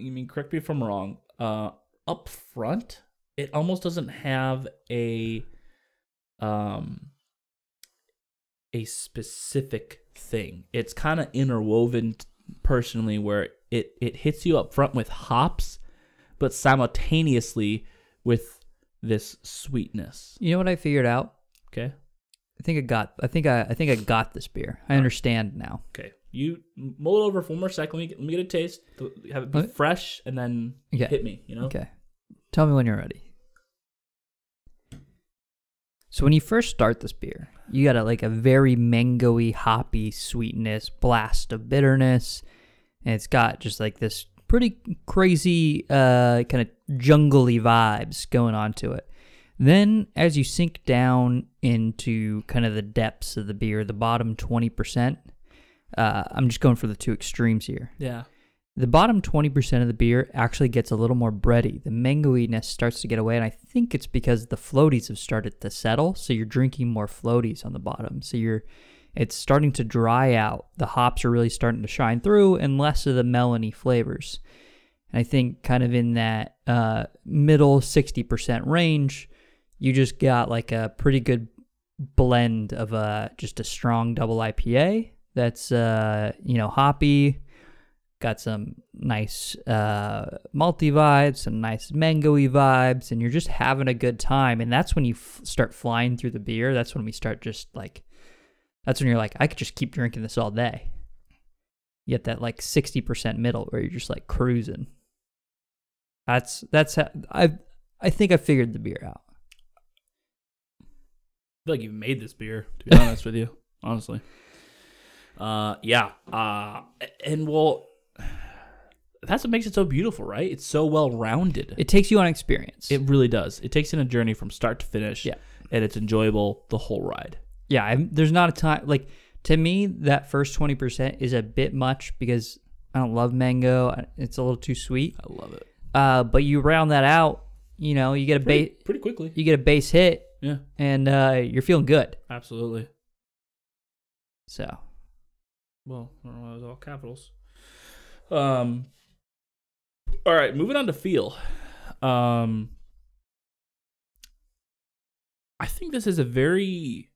I mean, correct me if I'm wrong. Uh, up front, it almost doesn't have a, um, a specific thing. It's kind of interwoven, t- personally, where it it hits you up front with hops, but simultaneously with this sweetness. You know what I figured out? Okay. I think I got. I think I. I think I got this beer. I understand now. Okay. You mull it over for one more second. Let me, let me get a taste. Th- Have it be Okay. fresh and then Okay. hit me, you know? Okay. Tell me when you're ready. So when you first start this beer, you got a, like a very mangoey, hoppy sweetness, blast of bitterness, and it's got just like this pretty crazy uh, kind of jungly vibes going on to it. Then as you sink down into kind of the depths of the beer, the bottom twenty percent, uh, I'm just going for the two extremes here Yeah. the bottom 20% of the beer actually gets a little more bready. The mangoiness starts to get away, and I think it's because the floaties have started to settle, so you're drinking more floaties on the bottom. So you're it's starting to dry out. The hops are really starting to shine through and less of the melony flavors. And I think kind of in that uh, middle 60% range, you just got like a pretty good blend of a just a strong double IPA that's uh, you know, hoppy, got some nice uh, malty vibes, some nice mangoey vibes, and you're just having a good time. And that's when you f- start flying through the beer. That's when we start just like, that's when you're like, I could just keep drinking this all day. You get that like 60% middle where you're just like cruising. That's, that's, how, I, I think I figured the beer out. I feel like you made this beer, to be honest with you. Honestly. Uh yeah. Uh and well that's what makes it so beautiful, right? It's so well rounded. It, It takes you on experience. really does. It takes in a journey from start to finish. Yeah. And it's enjoyable the whole ride. yeah I'm, there's not a time like to me that first 20% is a bit much because i don't love mango I- it's a little too sweet I love it. uh, but you round that out you know you get a Pretty, base pretty quickly. you get a base hit Yeah, and uh, you're feeling good absolutely. so Well, I don't know why it was all capitals. Um. All right, moving on to feel. Um. I think this is a very,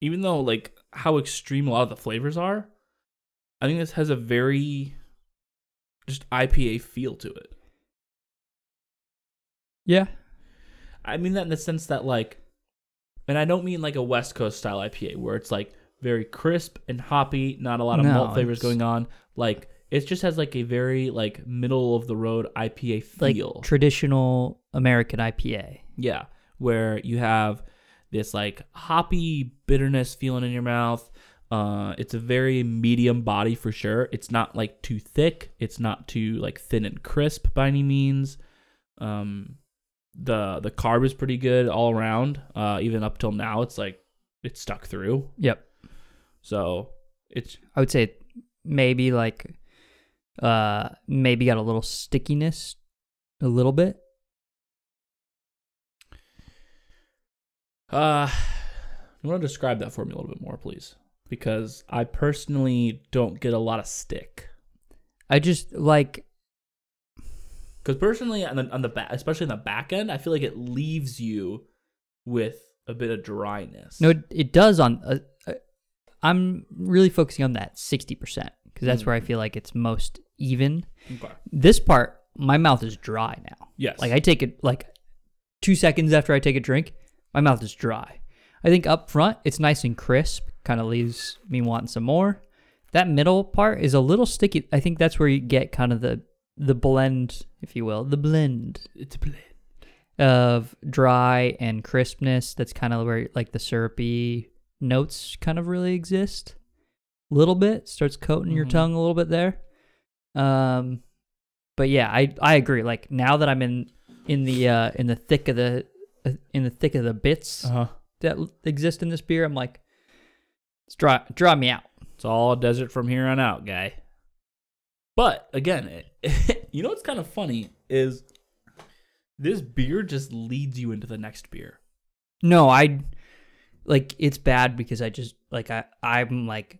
even though like how extreme a lot of the flavors are, I think this has a very, just IPA feel to it. yeah I mean that in the sense that like, and I don't mean like a West Coast style IPA where it's like very crisp and hoppy, not a lot of No, malt flavors it's- going on. Like it just has like a very like middle of the road IPA like feel. traditional american ipa yeah, where you have this like hoppy bitterness feeling in your mouth. Uh, it's a very medium body for sure. It's not like too thick. It's not too like thin and crisp by any means. Um, the the carb is pretty good all around. Uh, even up till now, it's like it's stuck through. yep So it's i would say maybe like uh maybe got a little stickiness a little bit uh, you want to describe that for me a little bit more, please, because I personally don't get a lot of stick. i just like Because personally, on the, on the back, especially on the back end, I feel like it leaves you with a bit of dryness. No, it, it does on. Uh, uh, I'm really focusing on that 60%. because that's where I feel like it's most even. Okay. This part, my mouth is dry now. Yes. Like I take it like two seconds after I take a drink, my mouth is dry. I think up front it's nice and crisp, kind of leaves me wanting some more. That middle part is a little sticky. I think that's where you get kind of the the blend, if you will, the blend it's a blend. of dry and crispness. That's kind of where like the syrupy notes kind of really exist. A little bit starts coating your Mhm. tongue a little bit there. Um, but yeah, I I agree. Like now that I'm in in the uh, in the thick of the in the thick of the bits Uh-huh. that exist in this beer, I'm like, it's draw draw me out. It's all desert from here on out, guy. But again, it, you know what's kind of funny is this beer just leads you into the next beer. No, I like it's bad because I just like I I'm like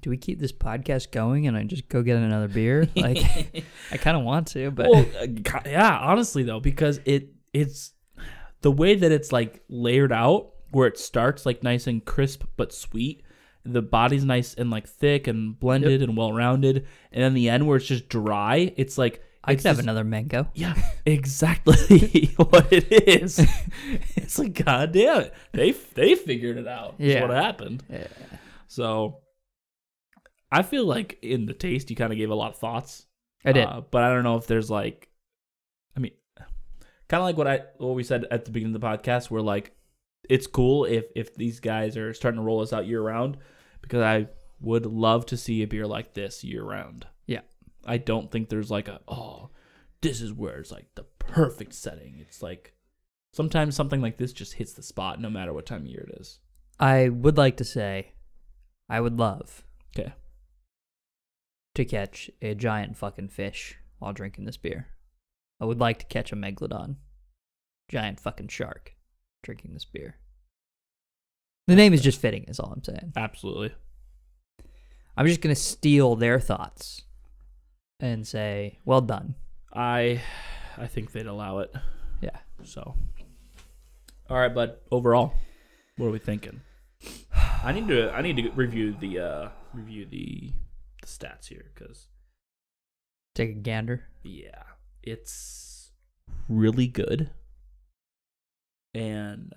do we keep this podcast going and I just go get another beer? Like I kind of want to, but well, uh, God, yeah, honestly though, because it it's the way that it's like layered out, where it starts like nice and crisp but sweet. The body's nice and like thick and blended and well rounded, and then the end where it's just dry. It's like I it's could have just- another mango. Yeah, exactly what it is. It's like, God damn it. They they figured it out. That's Yeah. what happened. Yeah. So I feel like in the taste you kind of gave a lot of thoughts. I did. Uh, but I don't know if there's like I mean kind of like what I what we said at the beginning of the podcast where like it's cool if if these guys are starting to roll us out year round because I would love to see a beer like this year round. Yeah. I don't think there's like a oh this is where it's like the perfect setting. It's like sometimes something like this just hits the spot no matter what time of year it is. I would like to say I would love Okay. to catch a giant fucking fish while drinking this beer. I would like to catch a megalodon, giant fucking shark, drinking this beer. The name is just fitting, is all I'm saying. Absolutely. I'm just gonna steal their thoughts and say, "Well done." I I think they'd allow it. Yeah. So All right, bud. Overall, what are we thinking? I need to I need to review the uh review the the stats here cuz Take a gander. yeah, it's really good. And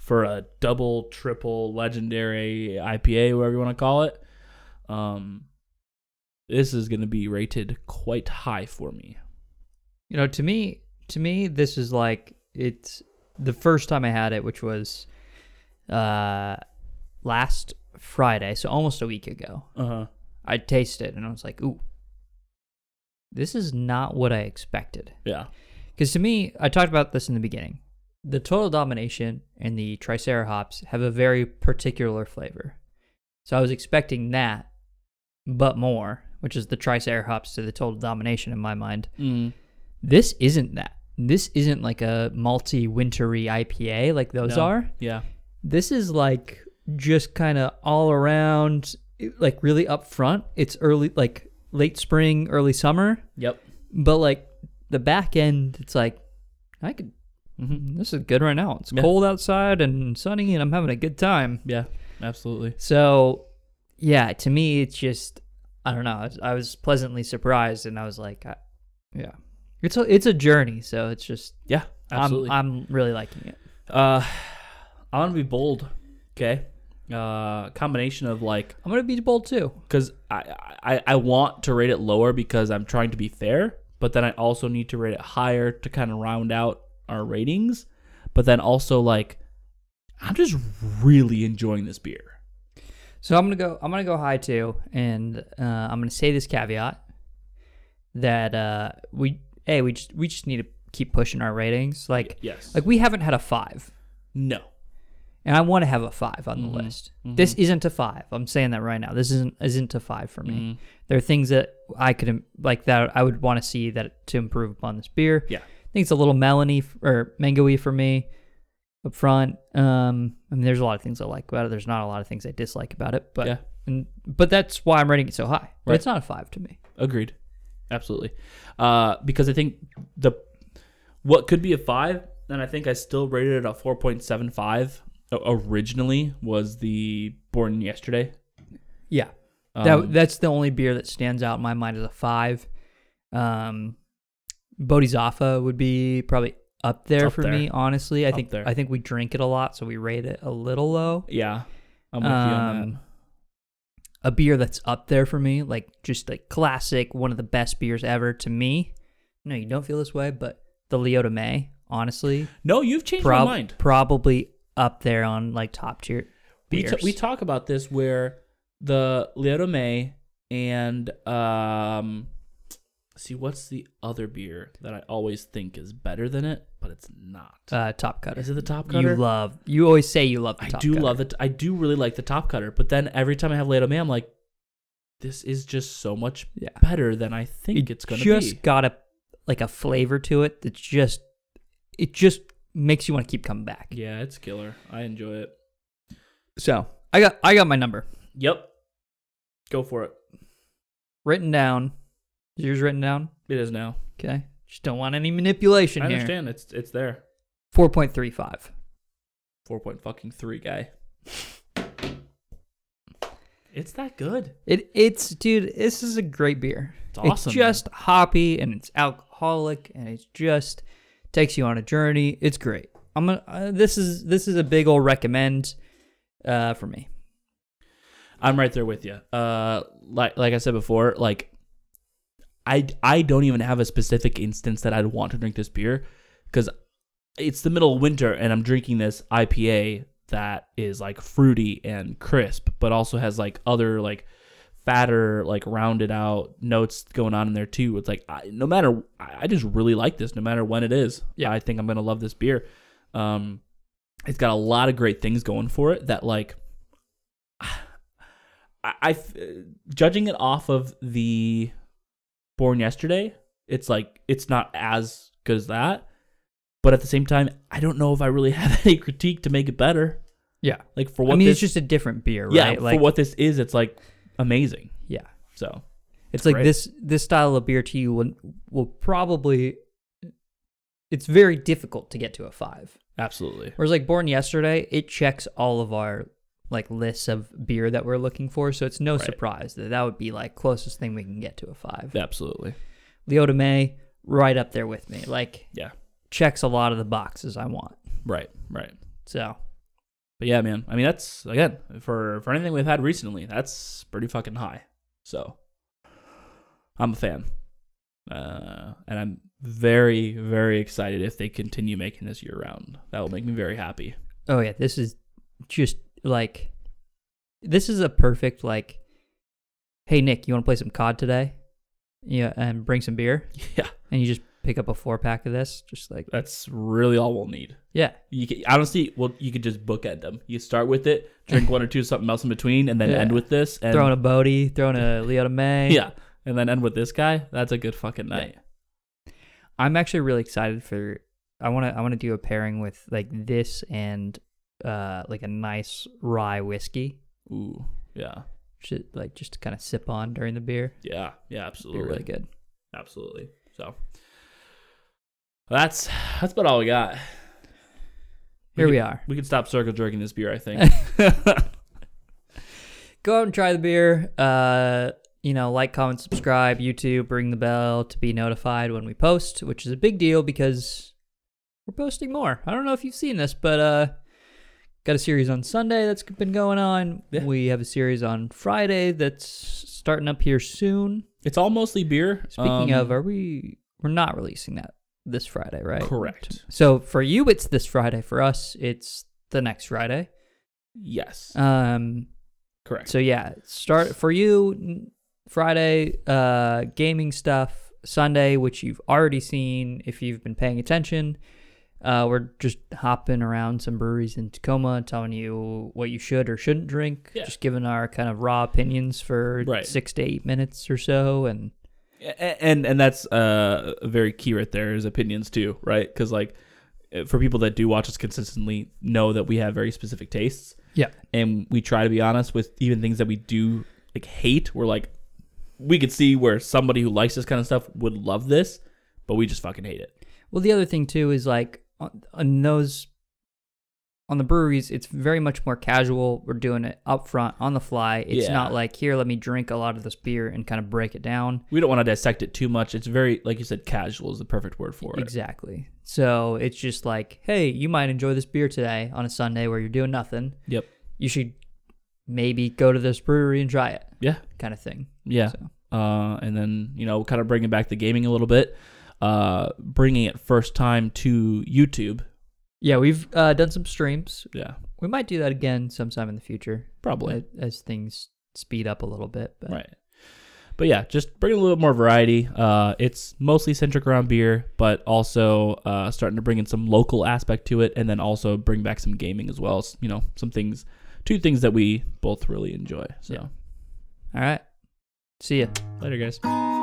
for a double, triple, legendary IPA, whatever you want to call it, um, this is going to be rated quite high for me. You know, to me, to me, this is like it's the first time I had it, which was uh, last Friday, so almost a week ago. Uh huh. I tasted it and I was like, "Ooh, this is not what I expected." Yeah. Because to me, I talked about this in the beginning. The total domination and the Tricera hops have a very particular flavor. So I was expecting that, but more, which is the Tricera hops to the total domination in my mind. Mm. This isn't that. This isn't like a malty, wintry IPA like those No. are. Yeah. This is like just kind of all around, like really up front. It's early, like late spring, early summer Yep. but like the back end it's like i could mm, this is good right now it's Mm-hmm. Yeah. cold outside and sunny and i'm having a good time Yeah. Absolutely. so yeah to me it's just i don't know i was, I was pleasantly surprised and i was like I, yeah it's a, it's a journey so it's just Yeah. Absolutely. I'm, I'm really liking it uh, I want to be bold. Okay. Uh, combination of like i'm gonna be bold too because I, I I want to rate it lower because I'm trying to be fair, but then I also need to rate it higher to kind of round out our ratings. But then also like, I'm just really enjoying this beer. So I'm gonna go. I'm gonna go high too, and uh, I'm gonna say this caveat that uh, we hey we just we just need to keep pushing our ratings. Like Yes. like we haven't had a five, No. and I want to have a five on Mm-hmm. the list. This isn't a five. I'm saying that right now. This isn't isn't a five for me. Mm-hmm. There are things that I could im- like that I would want to see that to improve upon this beer. Yeah. I think it's a little melony f- or mangoey for me up front. Um, I mean, there's a lot of things I like about it. There's not a lot of things I dislike about it, but Yeah. and, but that's why I'm rating it so high. But Right. it's not a five to me. Agreed. Absolutely. Uh, because I think the what could be a five, and I think I still rated it a four point seven five originally was the Born Yesterday. Yeah, Um, that that's the only beer that stands out in my mind as a five. Um, Bodhisattva would be probably up there Up for there. me. Honestly, I Up think there. I think we drink it a lot, so we rate it a little low. yeah, I'm with you on that. Um, A beer that's up there for me, like just like classic, one of the best beers ever to me. No, you don't feel this way, but the Leota May, honestly, No, you've changed prob- my mind. probably up there on like top tier. We, Beers. t- we talk about this where the Leota May and um, see what's the other beer that I always think is better than it, but it's not. uh, top cutter. is it the Top Cutter? You love. You always say you love. The I top do cutter. love it. I do really like the Top Cutter, but then every time I have Leota May, I'm like, this is just so much Yeah. better than I think it's gonna just be. got a like a flavor to it that's just it just makes you want to keep coming back. Yeah, it's killer. I enjoy it. So I got I got my number Yep. Go for it. written down. Is yours written down? It is now. Okay. Just don't want any manipulation I here. understand. It's it's there. Four point three five. Four point fucking three guy. It's that good. It it's dude, this is a great beer. It's awesome. It's just hoppy and it's alcoholic and it's just takes you on a journey. It's great. I'm gonna, uh, this is this is a big old recommend uh, for me. I'm right there with you. Uh, like like I said before, like I I don't even have a specific instance that I'd want to drink this beer because it's the middle of winter and I'm drinking this IPA that is like fruity and crisp, but also has like other like fatter like rounded out notes going on in there too. It's like I, no matter I I just really like this no matter when it is. Yeah. I think I'm gonna love this beer. Um, it's got a lot of great things going for it that like I, I f- uh, judging it off of the Born Yesterday, it's like it's not as good as that. But at the same time, I don't know if I really have any critique to make it better. Yeah. Like for what I mean, this, it's just a different beer, yeah, right? for Like what this is, it's like amazing. yeah. So It's like great. this this style of beer to you will will probably it's very difficult to get to a five. absolutely, Whereas like Born Yesterday, it checks all of our like lists of beer that we're looking for, so it's no Right. surprise that that would be like closest thing we can get to a five. absolutely, Leota May, right up there with me. Like yeah, checks a lot of the boxes I want. right, right. So But yeah, man. I mean, that's again for for anything we've had recently, that's pretty fucking high. So I'm a fan, uh, and I'm very very excited if they continue making this year round. That will make me very happy. oh yeah, this is just like this is a perfect like hey Nick, you wanna play some COD today? Yeah, and bring some beer. Yeah, and you just pick up a four pack of this, just like that's really all we'll need. yeah, You can, honestly, well, you could just bookend them. You start with it, drink one or two something else in between, and then Yeah. end with this. And throwing a Bodie, throwing a Leota May. yeah, and then end with this guy. That's a good fucking night. I'm actually really excited for. I want to I want to do a pairing with like this and uh like a nice rye whiskey, Ooh, yeah, should like just to kind of sip on during the beer. yeah, yeah, Be absolutely. really good. Absolutely. So that's that's about all we got. Here we could- are. We could stop circle jerking this beer, I think. Go out and try the beer. Uh, you know, like, comment, subscribe, YouTube, ring the bell to be notified when we post, which is a big deal because we're posting more. I don't know if you've seen this, but uh, got a series on Sunday that's been going on. Yeah. We have a series on Friday that's starting up here soon. it's all mostly beer. Speaking Um, of, er- are we? We're not releasing that this Friday, right? correct. So for you, it's this Friday. For us, it's the next Friday. Yes. Um, correct. so yeah, start for you n- Friday uh gaming stuff, Sunday which you've already seen if you've been paying attention. Uh, we're just hopping around some breweries in Tacoma, telling you what you should or shouldn't drink. Yeah. Just giving our kind of raw opinions for Right. six to eight minutes or so, and A- and and that's uh very key right there is opinions too, right? Because like eh, for people that do watch us consistently, know that we have very specific tastes. yeah, and we try to be honest with even things that we do like hate. We're like, we could see where somebody who likes this kind of stuff would love this, but we just fucking hate it. Well, the other thing too is like on, on those on the breweries, it's very much more casual. We're doing it up front on the fly. It's Yeah. not like here, let me drink a lot of this beer and kind of break it down. We don't want to dissect it too much. It's very, like you said, casual is the perfect word for it. Exactly. So it's just like, hey, you might enjoy this beer today on a Sunday where you're doing nothing. Yep. You should maybe go to this brewery and try it, Yeah. kind of thing. Yeah. Uh, and then, you know, kind of bringing back the gaming a little bit, uh, bringing it first time to YouTube. Yeah, we've uh, done some streams. Yeah. We might do that again sometime in the future Probably. a- as things speed up a little bit. But Right. But yeah, just bring a little bit more variety. Uh, it's mostly centric around beer, but also uh, starting to bring in some local aspect to it, and then also bring back some gaming as well. S- you know, some things, two things that we both really enjoy. So All right. See ya. later, guys.